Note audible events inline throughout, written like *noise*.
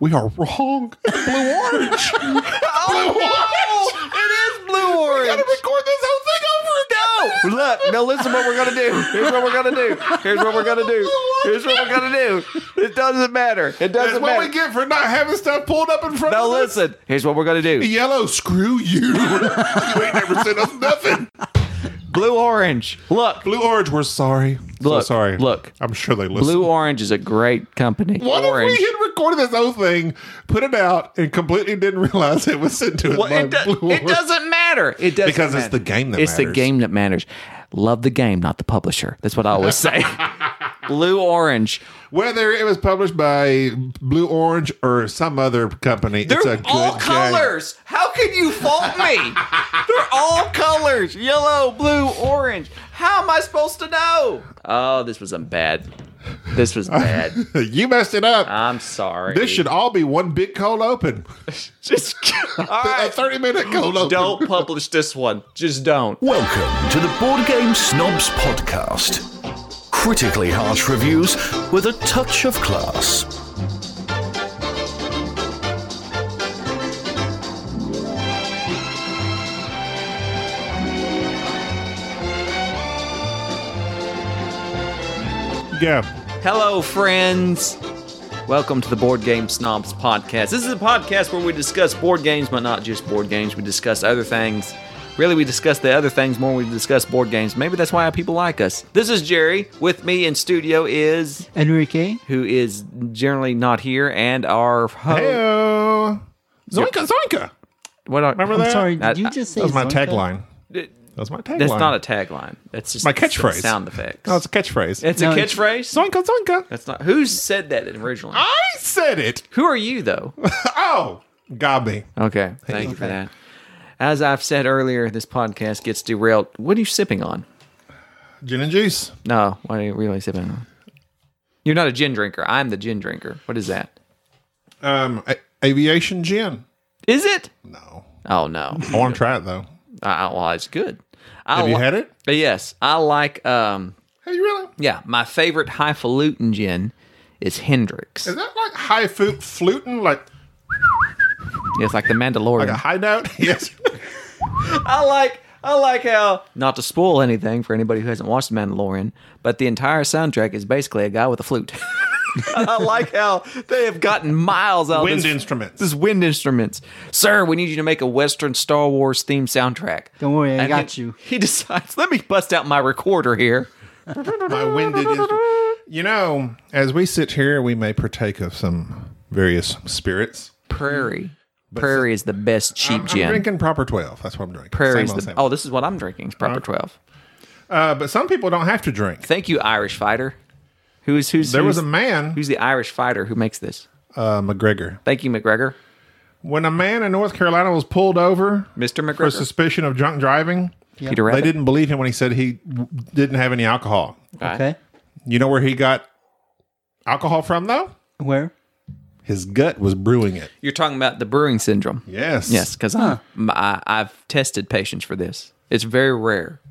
we are wrong. *laughs* Blue *laughs* orange. Oh, no! It is blue Gotta orange. record this whole thing over again. No, look, now listen. What we're gonna do? Here's what we're gonna do. Here's what we're gonna do. Here's what we're gonna do. It doesn't matter. It That's doesn't what we matter. get for not having stuff pulled up in front Now of us. listen. Here's what we're gonna do. Yellow, screw *laughs* you. you ain't never sent us nothing. Blue orange. Look, Blue Orange, we're sorry. Look, so sorry. look. I'm sure they listen. blue orange is a great company. what orange. if we had recorded this whole thing, put it out, and completely didn't realize it was sent to us Well, by it, do- Blue it Orange? doesn't matter. It doesn't Because it's matter. the game that it's the matters. game that matters. Love the game, not the publisher. That's what I *laughs* always say. Blue orange. Whether it was published by Blue Orange or some other company, They're it's a good all game. colors. How can you fault me? They're all colors: yellow, blue, orange. How am I supposed to know? Oh, this was um, bad. This was bad. *laughs* you messed it up. I'm sorry. this should all be one big cold open. just all right. A 30 minute cold open. Don't publish this one. Just don't. Welcome to the Board Game Snobs Podcast. Critically harsh reviews with a touch of class. Yeah. Hello, friends. Welcome to the Board Game Snobs podcast. This is a podcast where we discuss board games, but not just board games. We discuss other things. Really, we discuss the other things more. than We discuss board games. Maybe that's why people like us. This is Jerry. With me in studio is Enrique. who is generally not here, and our host. uh, Heyo. Zoinka, Zoinka. What are, Remember I'm that? sorry, I- did you I- just say That was my Zonka? tagline. It- That was my tagline. That's not a tagline. That's just My catchphrase. Sound effects. No, it's a catchphrase. it's No, a it's- catchphrase. Zoinka, Zoinka. that's not. Who said that originally? I said it. Who are you though? Oh, got me. Okay. Thank you for that. As I've said earlier, this podcast gets derailed. What are you sipping on? Gin and juice. No, what are you really sipping on? You're not a gin drinker. I'm the gin drinker. What is that? Um, a- aviation gin. Is it? No. Oh no. I want to try it, though. I, I- well, it's good. I Have you li- Uh, had it? Yes, I like. Um, Have you really? yeah, my favorite highfalutin gin is Hendrix. Is that like high flute fluting, like, It's like the Mandalorian. like a high note? *laughs* yes. I like I like how not to spoil anything for anybody who hasn't watched The Mandalorian, but the entire soundtrack is basically a guy with a flute. *laughs* I like how they have gotten miles out Wind of this, instruments. this wind instruments. Sir, we need you to make a Western Star Wars theme soundtrack. Don't worry, I And got he- you. He decides, let me bust out my recorder here. my winded instrument. You know, as we sit here, we may partake of some various spirits. Prairie. Prairie is the best cheap I'm, I'm gin. drinking proper 12. That's what I'm drinking. Prairie Same is old, the same oh, old. this is what I'm drinking. It's proper twelve. Uh, but some people don't have to drink. Thank you, Irish fighter. Who's who's There was a who's- man, who's the Irish fighter who makes this? uh, McGregor. Thank you, McGregor. When a man in North Carolina was pulled over Mr. for McGregor. suspicion of drunk driving, Peter they Rabbit. didn't believe him when he said he w- didn't have any alcohol. Okay. You know where he got alcohol from, though? Where? His gut was brewing it. You're talking about the brewing syndrome. Yes. Yes, because I, I've tested patients for this. It's very rare.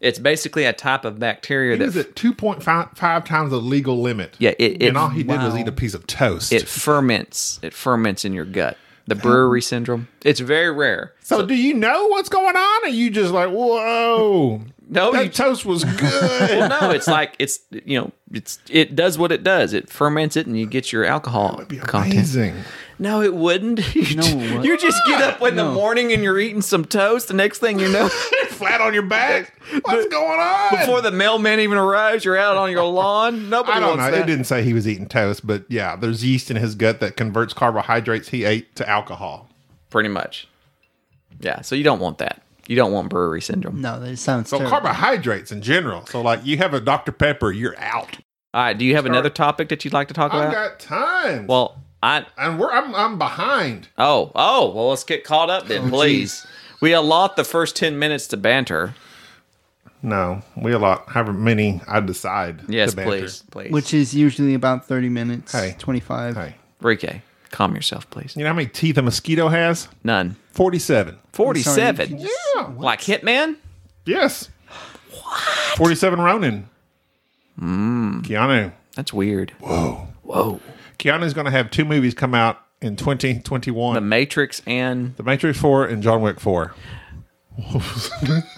It's basically a type of bacteria He was that at 2.5 five times the legal limit. Yeah, it- it- and all he did was wow. eat a piece of toast. it ferments. It ferments in your gut. The brewery syndrome. It's very rare. So, do you know what's going on? Or you just like, whoa, *laughs* No, that you- toast *laughs* was good. *laughs* No, it's like it's you know it's it does what it does. It ferments it, and you get your alcohol content. Amazing. No, it wouldn't. *laughs* You, No, ju- what? you just get up in the morning and you're eating some toast. The next thing you *laughs* know, Flat on your back. What's going on? before the mailman even arrives, you're out *laughs* on your lawn. Nobody I don't know. wants It that. didn't say he was eating toast, but yeah, there's yeast in his gut that converts carbohydrates he ate to alcohol. pretty much. Yeah, so you don't want that. You don't want brewery syndrome. Mm. No, that sounds So terrible. carbohydrates in general. So like, you have a Dr Pepper, you're out. All right, do you have another topic that you'd like to talk I've about? got time. well, I and we're I'm I'm behind. oh oh well, let's get caught up Oh, then, please. We allot the first ten minutes to banter. No, we a lot. However many I decide. Yes, to banter. please, please. Which is usually about 30 minutes, Hey. 25. Hey, Rike, calm yourself, please. you know how many teeth a mosquito has? None. Forty-seven. can Forty-seven. you Yeah. Like Hitman. Yes. What? 47 Ronin. Keanu. Hmm. That's weird. Whoa. Whoa. Keanu's going to have two movies come out in 2021. The Matrix and The Matrix 4 and John Wick 4.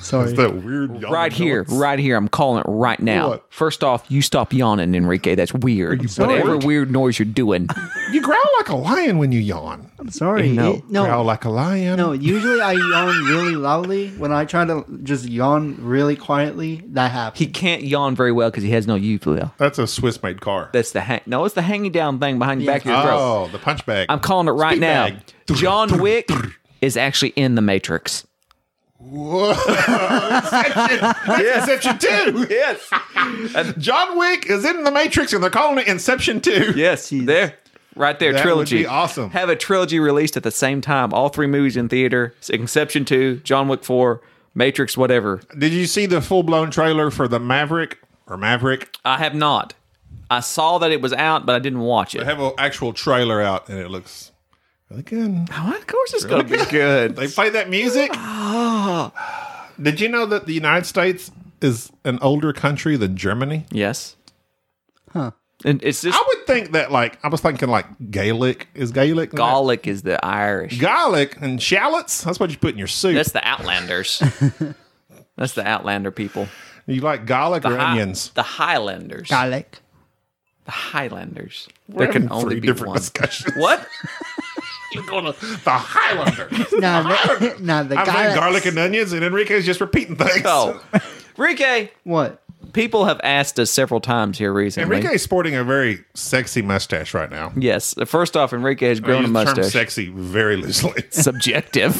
Sorry. It's that weird. yawning right here, noise. right here. I'm calling it right now. Oh What? First off, you stop yawning, Enrique. That's weird. Whatever bored? weird noise you're doing. You growl like a lion when you yawn. I'm sorry. No. It- no. Growl like a lion. No, usually I yawn really loudly. When I try to just yawn really quietly, that *laughs* happens. he can't yawn very well because he has no euphilia. That's a Swiss made car. That's the hang. No, it's the hanging down thing behind the back of your throat. oh, the punch bag. I'm calling it right Speed now. bag. John Wick is actually in the Matrix. yes. Inception *laughs* 2. Yes, John Wick is in The Matrix and they're calling it Inception 2. yes, there, right there. That would trilogy, be awesome. Have a trilogy released at the same time. All three movies in theater. Inception two, John Wick four, Matrix, whatever. Did you see the full blown trailer for The Maverick or Maverick? I have not. I saw that it was out, but I didn't watch They it. have an actual trailer out and it looks really good. Oh, of course, it's gonna be good. They play that music. Did you know that the United States is an older country than Germany? yes. Huh. And it's just I would think that, like, I was thinking, like, Gaelic is Gaelic. in that? Gallic is the Irish. Garlic and shallots. That's what you put in your soup. That's the Outlanders. That's the Outlander people. you like garlic or Hi- onions? The Highlanders. Garlic. The Highlanders. We're there can having only three be different one. discussions. What? *laughs* The *laughs* Highlander. *laughs* Nah, the, nah, the I'm saying garlic. garlic and onions, and Enrique's just repeating things. *laughs* Oh, Enrique. What? People have asked us several times here recently. Enrique's sporting a very sexy mustache right now. Yes. First off, Enrique has I grown a use the term mustache. sexy very loosely. *laughs* Subjective.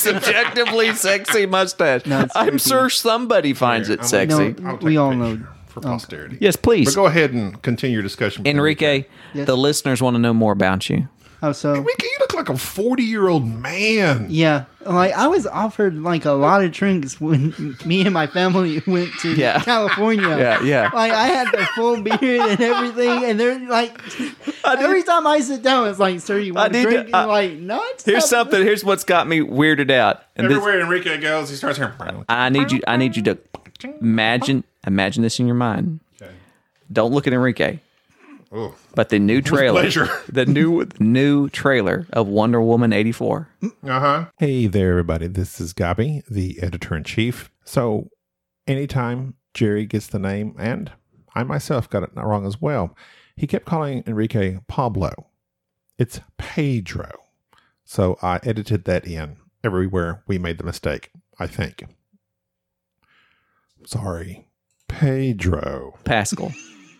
Subjectively sexy mustache. No, it's I'm creepy. sure somebody finds it I'm- sexy. No. I'll take We a all picture know- for posterity. Yes, please. But go ahead and continue your discussion. Enrique, Yes. the listeners want to know more about you. How so? Enrique, you look like a 40 year old man. Yeah, like I was offered like a lot of drinks when *laughs* me and my family *laughs* went to Yeah. *laughs* California. Yeah, yeah. Like I had the full beard and everything, and they're like, every time I sit down, it's like, "Sir, you want I a need drink?" to- and I- I'm like, "No." it's Here's not- something. Here's what's got me weirded out. And this, Everywhere Enrique goes, he starts hearing. I need you. I need you to imagine. Imagine this in your mind. Okay. Don't look at Enrique. Oh, But the new trailer, pleasure. *laughs* the new the new trailer of Wonder Woman eighty four. Uh-huh. Hey there, everybody. This is Gabi, the editor in chief. So anytime Jerry gets the name, and I myself got it wrong as well, he kept calling Enrique Pablo. It's Pedro. So I edited that in everywhere we made the mistake, I think. Sorry. Pedro. Pascal,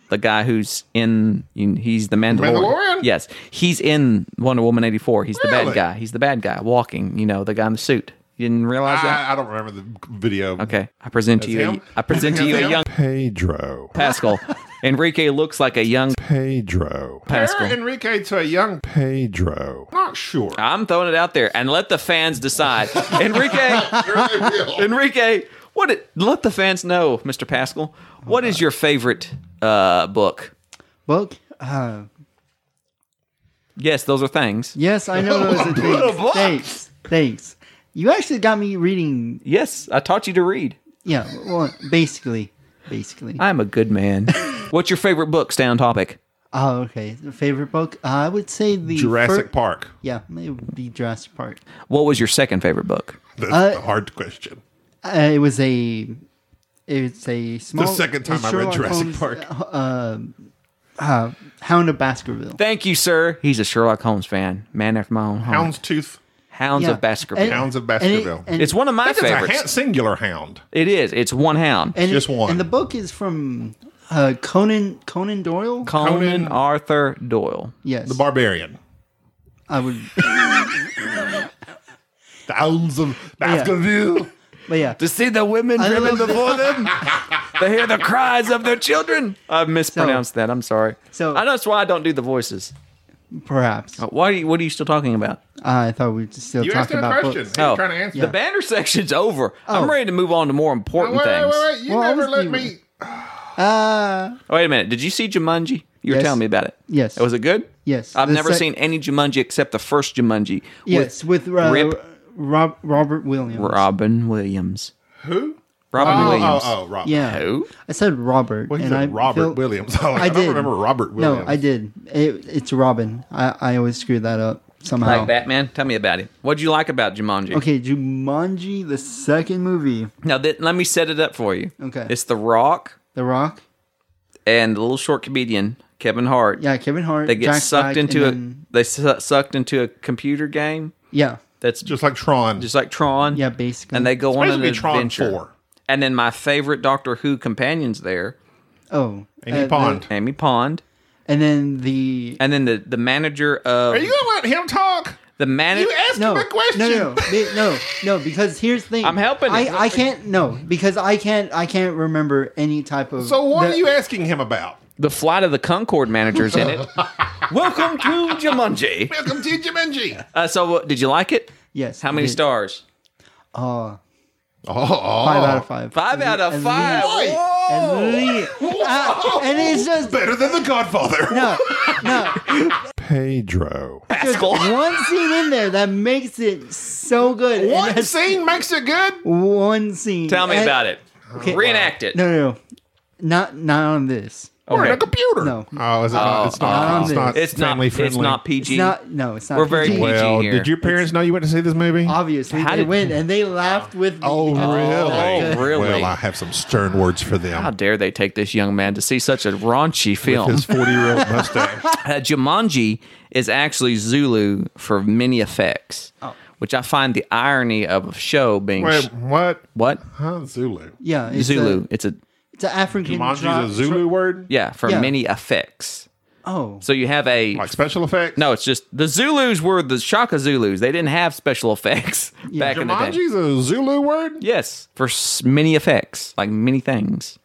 the guy who's in, he's the Mandalorian. Mandalorian? Yes, he's in Wonder Woman eighty four. He's the bad Really? guy. He's the bad guy walking. You know, the guy in the suit. You didn't realize that. I, I don't remember the video. Okay, I present to Ah. That's you. a- him? I present to That's you a him? young Pedro. Pascal. Enrique looks like a young Pedro. Pascal. Uh, Compare Enrique to a young Pedro. Not sure. I'm throwing it out there and let the fans decide. *laughs* Enrique, Enrique, what? It, let the fans know, Mr. Pascal. What is your favorite uh, book? Book. Uh, Yes, those are things. yes, I *laughs* know those are book. things. Thanks, thanks. You actually got me reading. Yes, I taught you to read. Yeah, well, basically, basically. I'm a good *laughs* man. What's your favorite book? Stay on topic. Oh, okay. Favorite book? Uh, I would say the Jurassic fir- Park. Yeah, it would be Jurassic Park. What was your second favorite book? That's Uh, the hard question. Uh, it was a. It's a small. second time it's I read Sherlock Jurassic Holmes, Park. Uh, uh, uh, Hound of Baskerville. Thank you, sir. He's a Sherlock Holmes fan. Man after my own heart. Hounds, Houndstooth. Yeah. of Baskerville. And- Hounds of and it- Baskerville. and- it's one of my That's a ha- favorites. singular hound. It is. It's one hound. and just one. And the book is from uh, Conan Conan Doyle. Conan, Conan- Arthur Doyle. yes, The barbarian. I would. The hounds of Baskerville. But yeah, To see the women I driven love before them, to hear the cries of their children. I mispronounced that. I'm sorry. So- I know that's why I don't do the voices. perhaps But Why? Are you, what are you still talking about? I thought we would still You talk asked him a about question. books. He was Oh, trying to answer. The it. banner section's over. Oh. I'm ready to move on to more Wait, important wait, things. wait, Wait, wait. You Well, I never was let doing- me. Uh, a minute. Did you see Jumanji? You were Yes. telling me about it. Yes. Was it good? Yes. I've The never sec- seen any Jumanji except the first Jumanji. yes, with, uh, Rip- Rob, Robert Williams. Robin Williams. Who? Robin oh, Williams. Oh, oh, Robin. Yeah. Who? I said Robert. Well, he and I said Robert feel- Williams. *laughs* I, I I did. don't remember Robert Williams. No, I did. It, it's Robin. I, I always screw that up somehow. Like Batman? Tell me about it. What'd you like about Jumanji? Okay, Jumanji, the second movie, Now, th- let me set it up for you. Okay. It's The Rock The Rock. and the little short comedian, Kevin Hart. Yeah, Kevin Hart. They get Jack sucked Black, into a and then- they su- sucked into a computer game Yeah, that's just, Just like Tron. just like Tron. yeah, basically. And they go on an basically Tron adventure. 4. And then my favorite Doctor Who companions there, Oh, Amy and Pond. The, Amy Pond, and then the and then the, the manager of Are you going to let him talk? the manager You asked Uh, no, him a question. no, no, no, Be- no, no, because here's the thing. I'm helping him. I, I can't. No, because I can't. I can't remember any type of. So what the- are you asking him about? the flight of the Concorde managers *laughs* in it. Welcome to Jumanji. Welcome to Jumanji. Uh, so, what- did you like it? Yes. How many it- stars? Uh, *laughs* Oh, five out of five. Five out of five. Boy. Whoa. Elite. Uh, and it's just Better than The Godfather. no, no. Pedro. There's Pascal. one scene in there that makes it so good. and One that's scene makes it good. One scene. Tell me And- about it. Reenact it. No, no, no. Not not on this. We're in a Okay. computer. No. Oh, is it not? It's not. oh. it's not. It's not. family friendly. It's not It's PG. not. No, it's not. We're very PG. PG Well, here. did your parents know you went to see this movie? Obviously, How they did- went and they laughed with me. Oh, because- really? Oh, really? Well, I have some stern words for How them. dare they take this young man to see such a raunchy film? His 40 year old mustache. Uh, Jumanji is actually Zulu for many effects, which I find the irony of a show being Wait, sh- what? what Huh, Zulu. Oh, Yeah, it's Zulu. A, it's a it's an African. Jumanji's tri- a Zulu tri- word? yeah for Yeah. many effects. oh, So you have a Like special effects? no. It's just the Zulus were the Shaka Zulus. They didn't have special effects back in the day. Jumanji's a Zulu word? Yes, for s- many effects, like many things.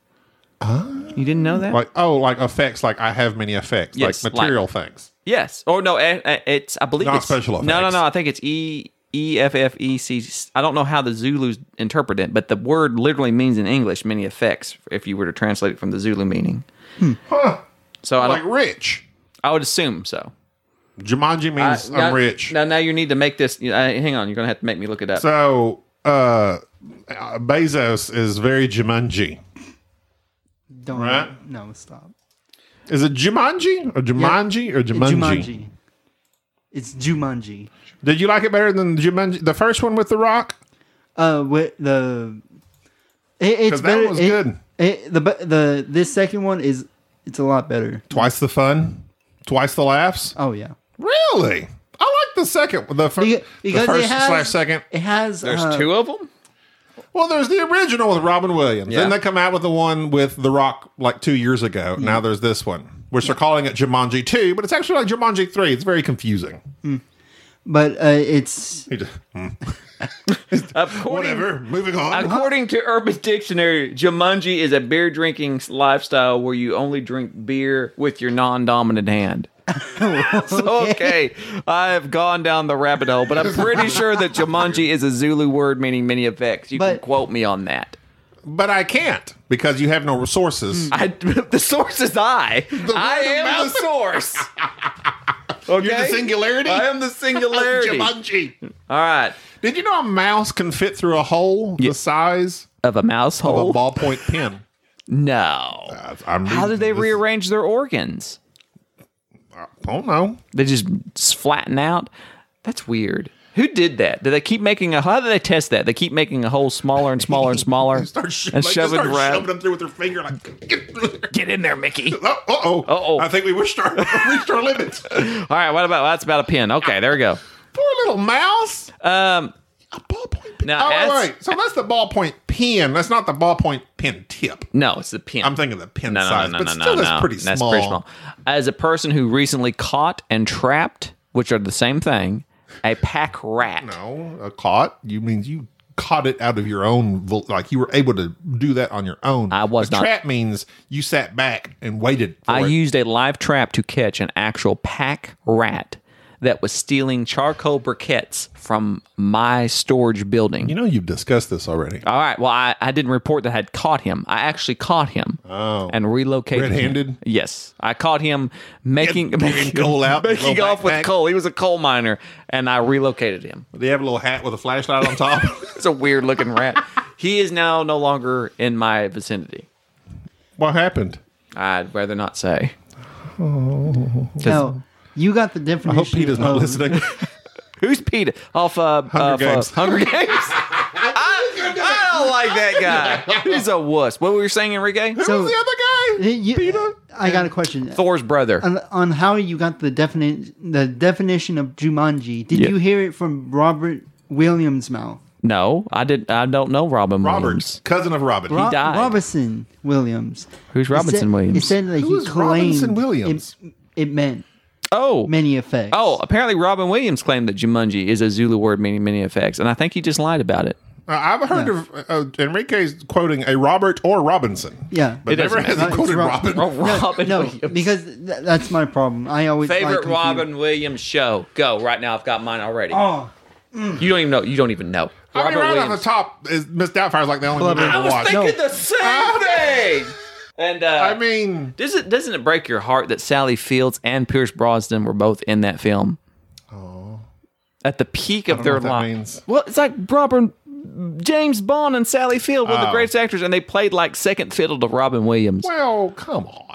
you didn't know that? Like, oh, like effects, like I have many effects, Yes, like- like material things. Yes. Or no, eh, eh, it's I believe Not it's special No, no, effects. no. I think it's E E F F E C. I don't know how the Zulus interpret it, but the word literally means in English many effects. If you were to translate it from the Zulu meaning, so I Like don't, rich. I would assume so. Jumanji means I, am now, rich. Now, now you need to make this. you- Uh, hang on, you're gonna have to make me look it up. So, uh, Bezos is very Jumanji. don't. Right? No, stop. Is it Jumanji or Jumanji or It's Jumanji? Jumanji. It's Jumanji. Did you like it better than Jumanji, the first one with The Rock? Uh, with the it, it's 'Cause that better. one's it- good. It, the be- the this second one is it's a lot better. Twice the fun, twice the laughs. Oh yeah, Really? I like the second, the, fir- Beca- the because it first has- slash second. it has. There's uh, two of them. Well, there's the original with Robin Williams. Yeah. Then they come out with the one with The Rock like two years ago. Now there's this one, which they're calling it Jumanji 2, but it's actually like Jumanji 3. It's very confusing. but uh, it's He just- According, Mm-hmm. Whatever. Moving on. According to Urban Dictionary, Jumanji is a beer drinking lifestyle where you only drink beer with your non dominant hand. so, okay, I have gone down the rabbit hole, but I'm pretty sure that Jumanji is a Zulu word meaning many effects. You can But- quote me on that. but I can't because you have no resources. I, *laughs* the source is I. I word of am the mouth. source. Okay? You're the singularity. I am the singularity. All Jumanji. right. Did you know a mouse can fit through a hole the size Of a mouse of a hole? ballpoint *laughs* pen? No. I'm How did they this- rearrange their organs? I don't know. They just s- flatten out. That's weird. Who did that? Did they keep making a? How do they test that? They keep making a hole smaller and smaller *laughs* and smaller, Start, sho- and like, shoving start it around. shoving them through with their finger. Like, *laughs* get through there. Get in there, Mickey. All Oh, uh-oh. Uh-oh. I think *laughs* we reached our, reached our limits. right, what about that's about a pin? Okay, there we go. Poor little mouse. Um, A ballpoint pen. Now, oh, wait, as- wait. So that's the ballpoint pen. That's not the ballpoint pen tip. no, it's the pin. I'm thinking the pen no, no, size, no, but no, no, still, no, that's no. pretty That's small. pretty small. As a person who recently caught and trapped, which are the same thing, a pack rat. No, a caught. You means you caught it out of your own. vul- Like you were able to do that on your own. I was a not. Trap means you sat back and waited. For I it. used a live trap to catch an actual pack rat that was stealing charcoal briquettes from my storage building. You know, you've discussed this already. All right. Well, I, I didn't report that I had caught him. I actually caught him Oh. and relocated. him. Red-handed? Yes, I caught him making Digging making coal out, *laughs* making little off with backpack. coal. He was a coal miner, and I relocated him. They have a little hat with a flashlight on top. *laughs* It's a weird looking rat. He is now no longer in my vicinity. What happened? I'd rather not say. 'Cause- No, you got the I definition. hope Peter's not of- listening. Who's Peter? Off uh, Hunger Games. Hunger Games. I, *laughs* I don't like that guy. He's a wuss. What were you saying, Enrique? Who was the other guy? uh, You- Peter? I got a question. Thor's brother. on, on how you got the definite the definition of Jumanji. Did Yeah. you hear it from Robert Williams' mouth? No, I did. I don't know Robin Robert, Williams. cousin of Robin. Ro- died. Robinson Williams. Who's Robinson it said, Williams? It said that Who he is claimed Robinson Williams? It, it meant Oh, many effects. oh. Apparently, Robin Williams claimed that Jumanji is a Zulu word meaning many effects, and I think he just lied about it. Uh, I've heard of uh, Enrique's quoting a Robert or Robinson. Yeah. But It never doesn't has matter. he quoted It's Rob- Robin. Oh, No, Robin no, Williams. because th- that's my problem. I always like Favorite confuse- Robin Williams show. Go right now. I've got mine already. Oh, You don't even know. You don't even know. Um, I mean, Robin right off the Williams. top, is Miss Doubtfire's like the only one Clever. I I I was watch. thinking *laughs* the No. same thing. And uh, I mean, Does it, doesn't it break your heart that Sally Fields and Pierce Brosnan were both in that film? At the peak Oh. of know their what that lives. means. Well, it's like Robin, James Bond and Sally Field were the Oh. greatest actors, and they played like second fiddle to Robin Williams. well, come on.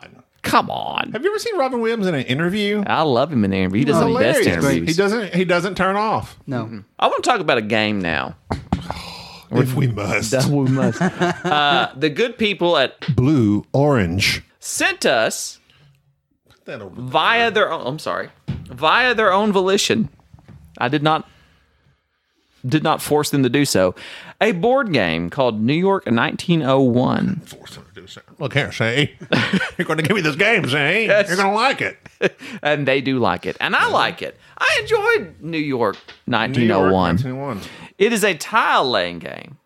Come on. Have you ever seen Robin Williams in an interview? I love him in the interview. He does It's the best hilarious. interviews. He doesn't. He doesn't turn off. no. I want to talk about a game now. If we must, *laughs* we must. *laughs* uh, the good people at blue, orange. sent us via their own I'm sorry. Via their own volition. I did not did not force them to do so. A board game called New York 1901. Look here, see. You're going to give me this game, see. You're going to like it. And they do like it. And I like it. I enjoyed New New York York, 1901. 1901. It is a tile laying game.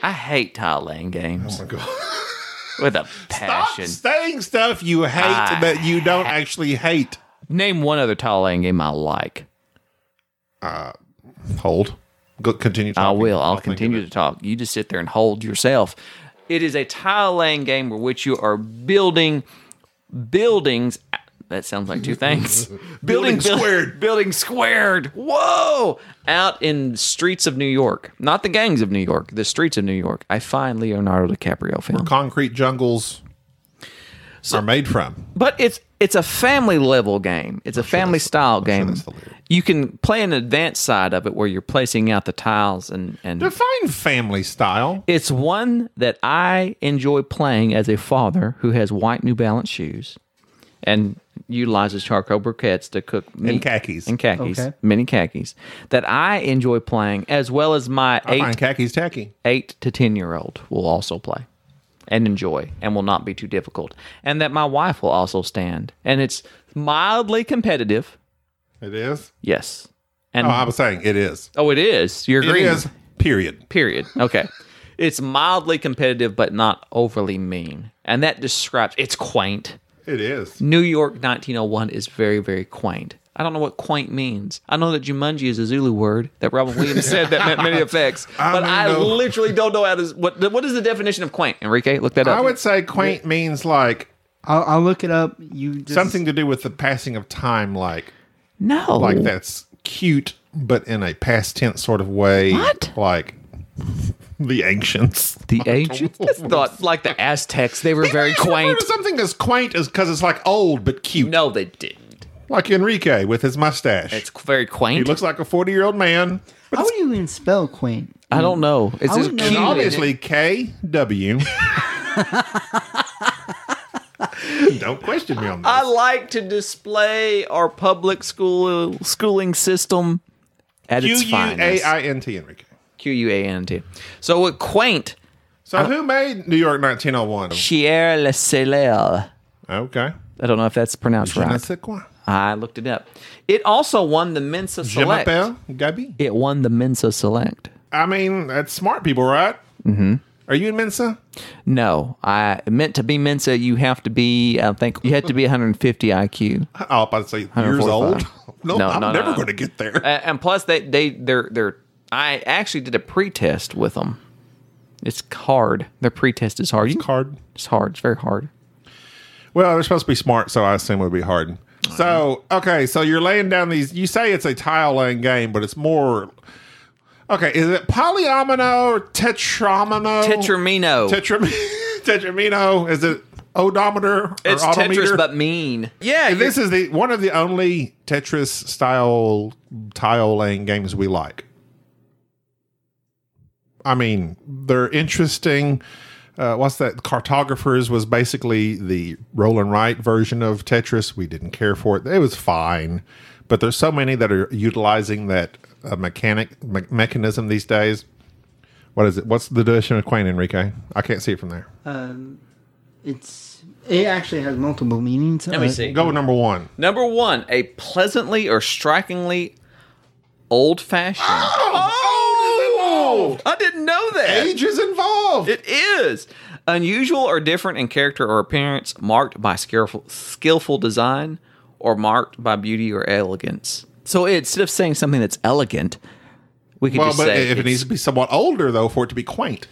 I hate tile laying games Oh, my God. with a Stop passion. saying stuff you hate I that you don't actually hate. Name one other tile laying game I like. Hold. Go, continue. I talking. will. I'll, think of continue it. to talk. You just sit there and hold yourself. It is a tile laying game where which you are building buildings. That sounds like two things. *laughs* Building buil- squared. Building squared. Whoa! Out in streets of New York, not the gangs of New York, the streets of New York. I find Leonardo DiCaprio film, Concrete jungles are made from. but it's it's a family level game. It's a family style game. the lyric. you can play an advanced side of it where you're placing out the tiles and and Define family style. It's one that I enjoy playing as a father who has white New Balance shoes and utilizes charcoal briquettes to cook meat. khakis. And khakis. Okay. Mini khakis. That I enjoy playing as well as my I eight, find khakis tacky. eight to 10 year old will also play and enjoy and will not be too difficult. And that my wife will also stand. And it's mildly competitive. It is. Yes. And No, Oh, I was saying it is. oh, it is. You're It agreeing. is. Period. Period. Okay. *laughs* it's mildly competitive, but not overly mean. And that describes it's quaint. It is. New York 1901 is very, very quaint. I don't know what quaint means. I know that Jumanji is a Zulu word that Robin Williams said that meant many effects, *laughs* I but don't I know. literally don't know how to, what what is the definition of quaint. Enrique, look that up. I would say quaint means like I'll, I'll look it up. You just, something to do with the passing of time, like no, like that's cute, but in a past tense sort of way. What? Like *laughs* the ancients. The *laughs* ancients That's not like the Aztecs. They were very They refer quaint. to Something as quaint is because it's like old but cute. No, they didn't. Like Enrique with his mustache. It's very he quaint. looks like a 40 year old man. How do you even spell quaint? I don't know. It's I just wouldn't know. cute. And and obviously, *laughs* KW. Don't question me on this. I like to display our public school schooling system at Q its U A finest. I N T, Enrique. Q U A N T. So with quaint, So, who made New York 1901? Pierre Le Soleil. Okay. I don't know if that's pronounced Je ne right. sais quoi. I looked it up. It also won the Mensa Je Select. m'appelle Gabi. It won the Mensa Select. I mean, that's smart people, right? Mm-hmm. Are you in Mensa? No, I meant to be Mensa. You have to be. I think you had to be *laughs* 150 IQ. Oh, I'll about to say years old. 145. *laughs* No, No, I'm no, no, never no. Uh, going to get there. A- and plus they they they're they're I actually did a pretest with them. It's hard. Their pretest is hard. You- Hard. It's hard. It's very hard. Well, they're supposed to be smart, so I assume it would be hard. So, okay, so you're laying down these. You say it's a tile laying game, but it's more. Okay, is it polyomino or tetramino? Tetramino. Tetram- *laughs* tetramino. Is it odometer or it's odometer? Tetris, but mean. Yeah, And this is the one of the only Tetris style tile laying games we like. I mean, they're interesting. Uh, what's that? Cartographers was basically the roll and write version of Tetris. We didn't care for it. It was fine, but there's so many that are utilizing that uh, mechanic me- mechanism these days. What is it? What's the definition of quaint, Enrique? I can't see it from there. It's it actually has multiple meanings. Uh, Let me see. Go with number one. Number one, a pleasantly or strikingly old-fashioned. *gasps* Oh, I didn't know that. age is involved. It is unusual or different in character or appearance, marked by skillful, skillful design, or marked by beauty or elegance. So instead of saying something that's elegant, we could Well, just but say if it it's- needs to be somewhat older, though, for it to be quaint.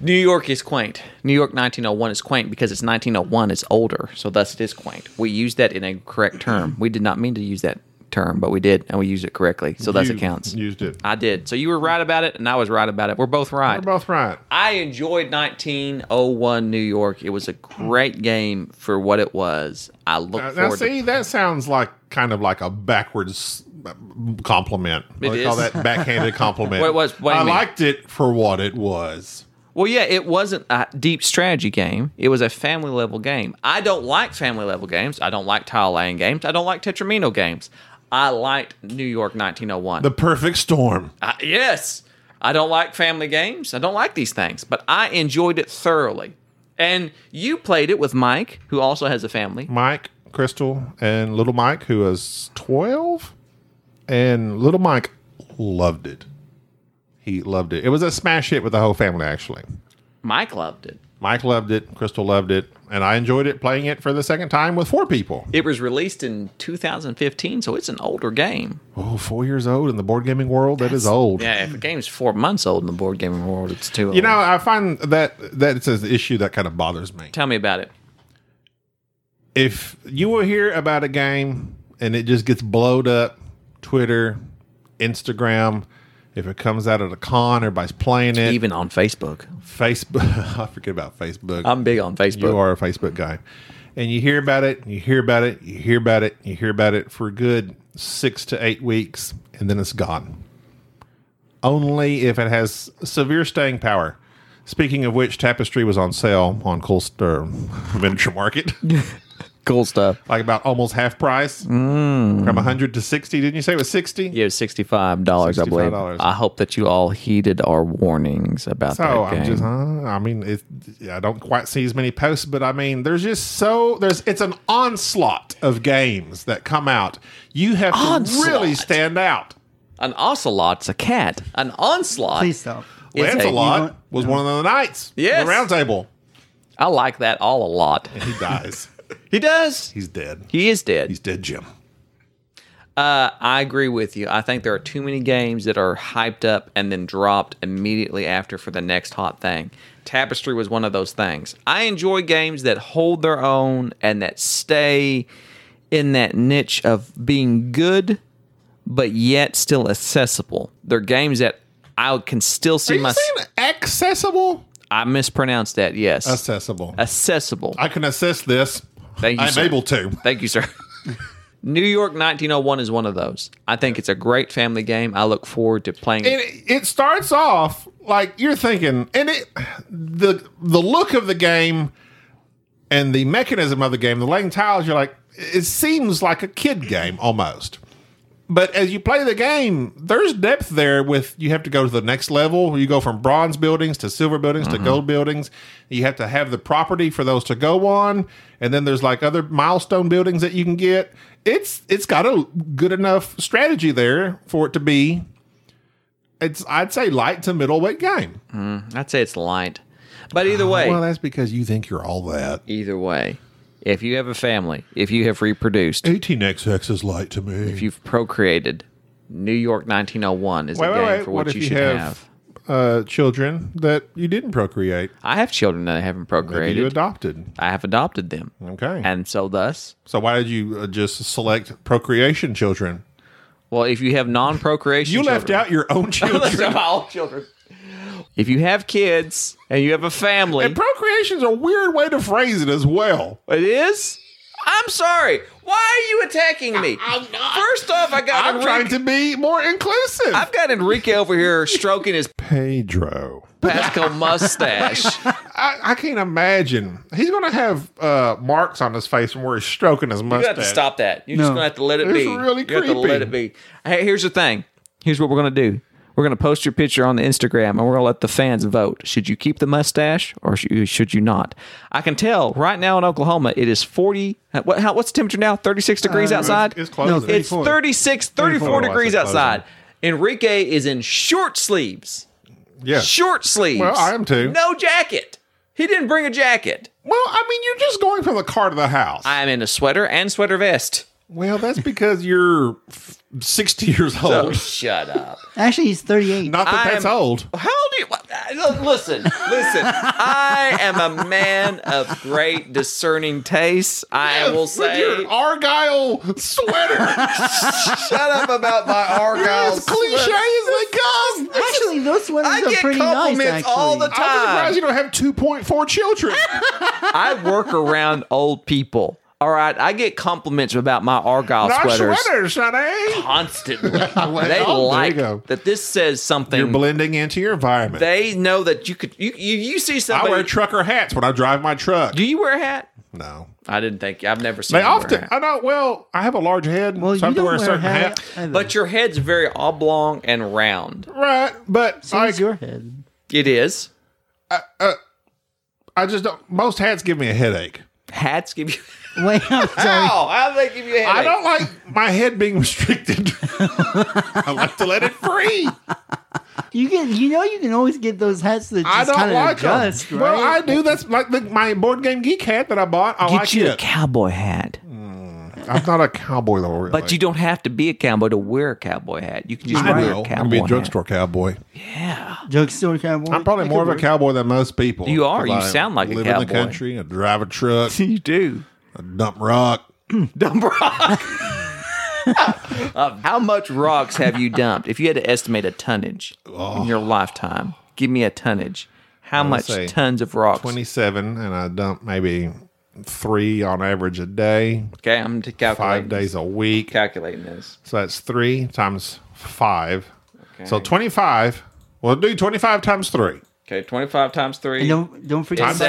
New York is quaint. New York 1901 is quaint because it's 1901. It's older, so thus it is quaint. We used that in a correct term. We did not mean to use that term, but we did, and we used it correctly. So thus You it counts. Used it. I did. So you were right about it, and I was right about it. We're both right. You're both right. I enjoyed 1901 New York. It was a great game for what it was. I look Uh, Now, forward see, that sounds like kind of like a backwards uh, compliment. What It do they call is. that backhanded *laughs* compliment. What it was, what do you I mean? liked it for what it was. to. Well, yeah, it wasn't a deep strategy game. It was a family level game. I don't like family level games. I don't like tile laying games. I don't like Tetramino games. I liked New York 1901. The perfect storm. I, yes, I don't like family games. I don't like these things, but I enjoyed it thoroughly. And you played it with Mike, who also has a family. Mike, Crystal, and little Mike, who was 12. And little Mike loved it. He loved it. It was a smash hit with the whole family, actually. Mike loved it. Mike loved it. Crystal loved it. And I enjoyed it playing it for the second time with four people. It was released in 2015, so it's an older game. Oh, four years old in the board gaming world? That is old. Yeah, if a game's four months old in the board gaming world, it's too old. You know, I find that that's an issue that kind of bothers me. tell me about it. If you will hear about a game and it just gets blowed up, Twitter, Instagram, if it comes out at a con, everybody's playing it. Even on Facebook, Facebook, *laughs* I forget about Facebook. I'm big on Facebook. you are a Facebook guy. And you hear about it, you hear about it, you hear about it, you hear about it for a good six to eight weeks, and then it's gone. Only if it has severe staying power. Speaking of which, Tapestry was on sale on *laughs* Colster Miniature Market, Cool stuff. like about almost half price, mm. from 100 to 60. Didn't you say it was 60? Yeah, sixty-five dollars, I believe. $65. I hope that you all heeded our warnings about So that game. I'm just, uh, I mean, it, I don't quite see as many posts, but I mean, there's just so there's it's an onslaught of games that come out. You have Onslaught? to really stand out. An ocelot's a cat. An onslaught. Please stop. is a- Lancelot know- was one of the knights. of Yes. the round table. I like that all a lot. He dies. He does. He's *laughs* dead. He is dead. He's dead, Jim. Uh, I agree with you. I think there are too many games that are hyped up and then dropped immediately after for the next hot thing. Tapestry was one of those things. I enjoy games that hold their own and that stay in that niche of being good, but yet still accessible. They're games that I can still see Are you my. saying accessible? I mispronounced that. Yes, Accessible. accessible. I can assess this. Thank you, I'm sir. able to. Thank you, sir. *laughs* New York 1901 is one of those. I think it's a great family game. I look forward to playing it. it, it starts off like you're thinking and it the the look of the game and the mechanism of the game the laying tiles you're like it seems like a kid game almost but as you play the game there's depth there with you have to go to the next level you go from bronze buildings to silver buildings to gold buildings you have to have the property for those to go on and then there's like other milestone buildings that you can get it's it's got a good enough strategy there for it to be it's I'd say light to middleweight game. I'd say it's light. But either way, Well, that's because you think you're all that. either way, if you have a family, if you have reproduced, 18xx is light to me. if you've procreated, New York 1901 is wait, a game wait, wait. for What what, if you you should have, have. uh, children that you didn't procreate? I have children that I haven't Maybe you procreated. adopted. I have adopted them. Okay. And so thus, so why did you uh, just select procreation children? Well, if you have non procreation, You left out your *laughs* own children. all children. If you have kids and you have a family, and procreation's a weird way to phrase it as well. it is. I'm sorry. Why are you attacking me? I'm not. First off, I got I'm Enrique. trying to be more inclusive. I've got Enrique over here stroking his Pedro. Pasco *laughs* mustache. I, I can't imagine. He's going to have uh, marks on his face from where he's stroking his You mustache. have to stop that. You're just No. gonna have to let it It's be. really you have to creepy. let it be. Hey, here's the thing. Here's what we're gonna do. We're gonna post your picture on the Instagram, and we're gonna let the fans vote. Should you keep the mustache or should you, should you not? I can tell right now in Oklahoma, it is 40. What? How, what's the temperature now? 36 degrees outside. Uh, It's closing. No, It's 34. 36, 34 34. degrees It's closing. outside. Enrique is in short sleeves. yeah. Short sleeves. Well, I am too. No jacket. He didn't bring a jacket. Well, I mean, you're just going from the car to the house. I am in a sweater and sweater vest. well, that's because you're f- 60 years *laughs* Oh, old. shut up. Actually, he's 38. Not that I that's am- old. How do you what- uh, look, listen? Listen, I am a man of great discerning taste. I will With your say, Argyle *laughs* sweater. *laughs* shut up about my argyle. as cliche as they come. Actually, those sweaters I are get pretty nice. compliments Actually. all the I'm surprised time. you don't have 2.4 *laughs* children. I work around old people. All right, I get compliments about my argyle Not sweaters sweaters, honey. *laughs* constantly. Well, they oh, there like you go. that. This says You're something. blending into your environment. they know that you could. You you, you see I somebody. wear trucker hats when I drive my truck. do you wear a hat? no. I didn't think. I've never seen. They you wear a often, hat. I know, well, I have a large head, Well, so I have you to don't wear wear a certain hat. hat. either. But your head's very oblong and round. Right, but so like, is your head. *laughs* It is. I just don't, most hats give me a headache. Hats give you. *laughs* Wait, *laughs* I'm sorry. Ow! How do they give you a headache? I don't like my head being *laughs* restricted. I like to let it free. You can, you know, you can always get those hats that I just don't kind of like them. adjust, right? Well, I do. That's like the, my board game geek hat that I bought. I Get like you a Mm, it. cowboy hat, I'm not a cowboy though, really. but you don't have to be a cowboy to wear a cowboy hat. You can just I wear know. I'm a gonna be cowboy a drugstore cowboy. hat. Yeah. Drugstore cowboy. I'm probably That more of could a work. cowboy than most people. You are. 'Cause You I sound like a live in the cowboy. country. I drive a truck. *laughs* You do. I dump rock. Dump *laughs* rock. Of how much rocks have you dumped? If you had to estimate a tonnage in your lifetime, give me a tonnage. How much say tons of rocks? 27, and I dump maybe three on average a day, Okay, I'm t- five calculating, days a week. calculating this. So that's three times five. So 25. We'll do 25 times three. Okay, 25 times 3 And don't don't forget Times Times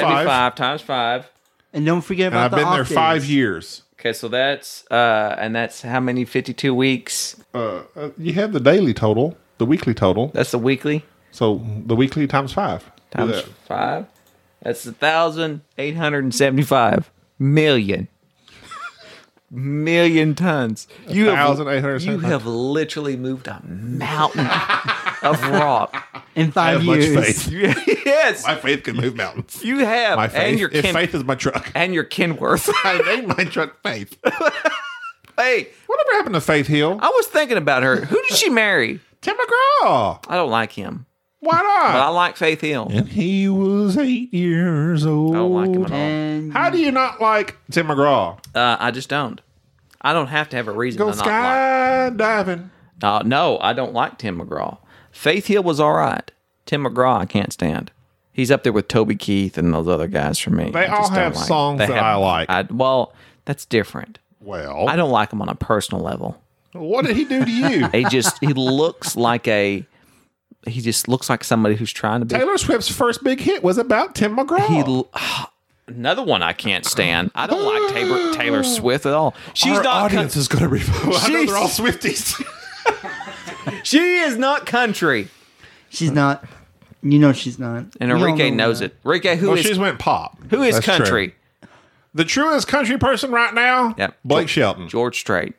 five. 75 about, times 5. and don't forget And about I've the been there off five days. years. Okay, so that's uh and that's how many 52 weeks? Uh, You have the daily total, the weekly total. That's the weekly So the weekly times five. Do times that. 5. That's 1875 million million tons. You have, 1,875. you have literally moved a mountain of *laughs* rock. in I five have much years. faith. yes. My faith can move mountains. you have My faith. *laughs* and your if kin, faith is my truck. *laughs* and your Kenworth. I named my truck Faith. *laughs* hey, Whatever happened to Faith *laughs* Hill? I was thinking about her. Who did she marry? Tim McGraw. I don't like him. Why But I not? like Faith Hill. And he was eight years old. I don't like him at all. And How do you not like Tim McGraw? Uh, I just don't. I don't have to have a reason Go to not like. skydiving. Uh, no, I don't like Tim McGraw. Faith Hill was all right. Tim McGraw, I can't stand. He's up there with Toby Keith and those other guys for me. They I just all don't have songs that I like. I, well, that's different. Well, I don't like him on a personal level. what did he do to *laughs* you? He just *laughs* he looks like a he just looks like somebody who's trying to be. Taylor Swift's first big hit was about Tim McGraw. He l- *sighs* another one I can't stand. I don't like *gasps* Taylor Taylor Swift at all. She's Our not audience is going to be. *laughs* I know She's- they're all *laughs* Swifties. she is not country. she's not. You know she's not. And You all Enrique know knows that. it. Enrique, who well, is she's went pop. who is That's true. country? The truest country person right now. Yep. Blake Shelton. George Strait.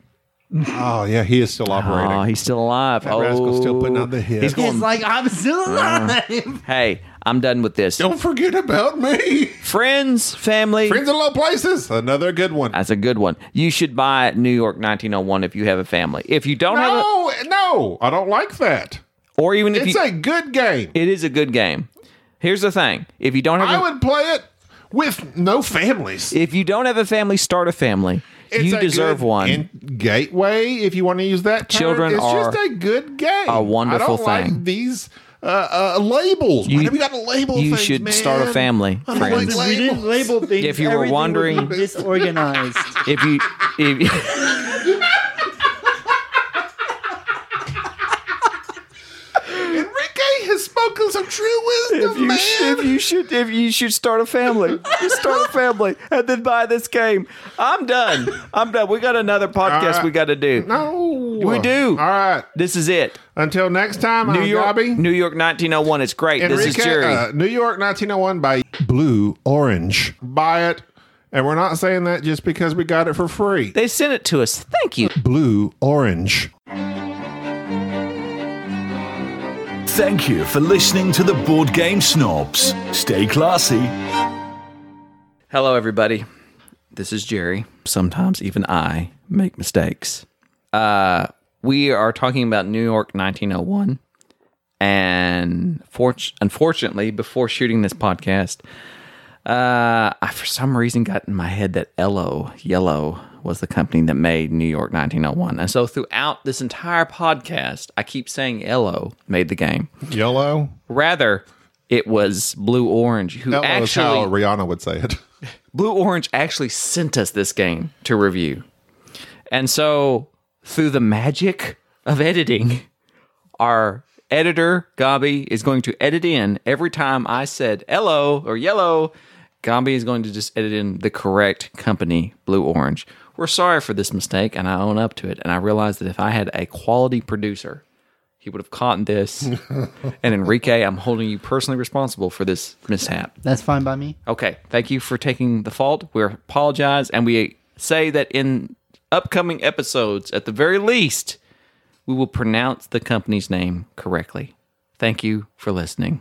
Oh yeah, he is still operating. Oh, he's still alive. oh, rascal's still putting on the hits. He's It's going. like I'm still *laughs* alive. hey, I'm done with this. Don't forget about me. Friends, family. Friends in low places. Another good one. That's a good one. You should buy New York 1901 if you have a family. If you don't have, a, No, no, I don't like that. or even if It's you, a good game. it is a good game. Here's the thing: if you don't have, I a, would play it with no families. if you don't have a family, start a family. It's You a deserve good one. in- gateway, if you want to use that. term. Children it's are just a good game. a wonderful I don't thing. Like these uh, uh, labels. You- Why do we got to label you things, should man? start a family, I don't like friends. We didn't labels. label things. If you were everything would be wondering- disorganized. *laughs* if you *laughs* if Enrique has spoken some true wisdom, If you, man. should, if you should if you should start a family just start a family and then buy this game i'm done i'm done we got another podcast right. we got to do no, We do. All right. this is it Until next time, new I'm york Gabby. new york 1901 it's great this is Enrique, jerry uh, New York 1901 by Blue Orange. Buy it. And we're not saying that just because we got it for free. they sent it to us thank you Blue Orange. Thank you for listening to the Board Game Snobs. Stay classy. hello everybody this is jerry sometimes even i make mistakes uh we are talking about new york 1901 and fort- unfortunately before shooting this podcast Uh, I for some reason got in my head that Ello Yellow was the company that made New York 1901, and so throughout this entire podcast, I keep saying Ello made the game. Yellow. Rather, it was Blue Orange who Yellow is how actually Rihanna would say it. Blue Orange actually sent us this game to review, and so through the magic of editing, our editor Gabi is going to edit in every time I said "ello" or "yellow." Gabi is going to just edit in the correct company, Blue Orange. We're sorry for this mistake, and I own up to it. And I realize that if I had a quality producer, he would have caught this. and Enrique, I'm holding you personally responsible for this mishap. That's fine by me. Okay. Thank you for taking the fault. We apologize. And we say that in upcoming episodes, at the very least, we will pronounce the company's name correctly. Thank you for listening.